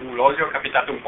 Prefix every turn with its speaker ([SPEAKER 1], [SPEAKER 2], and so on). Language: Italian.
[SPEAKER 1] Uh, l'olio è capitato un po'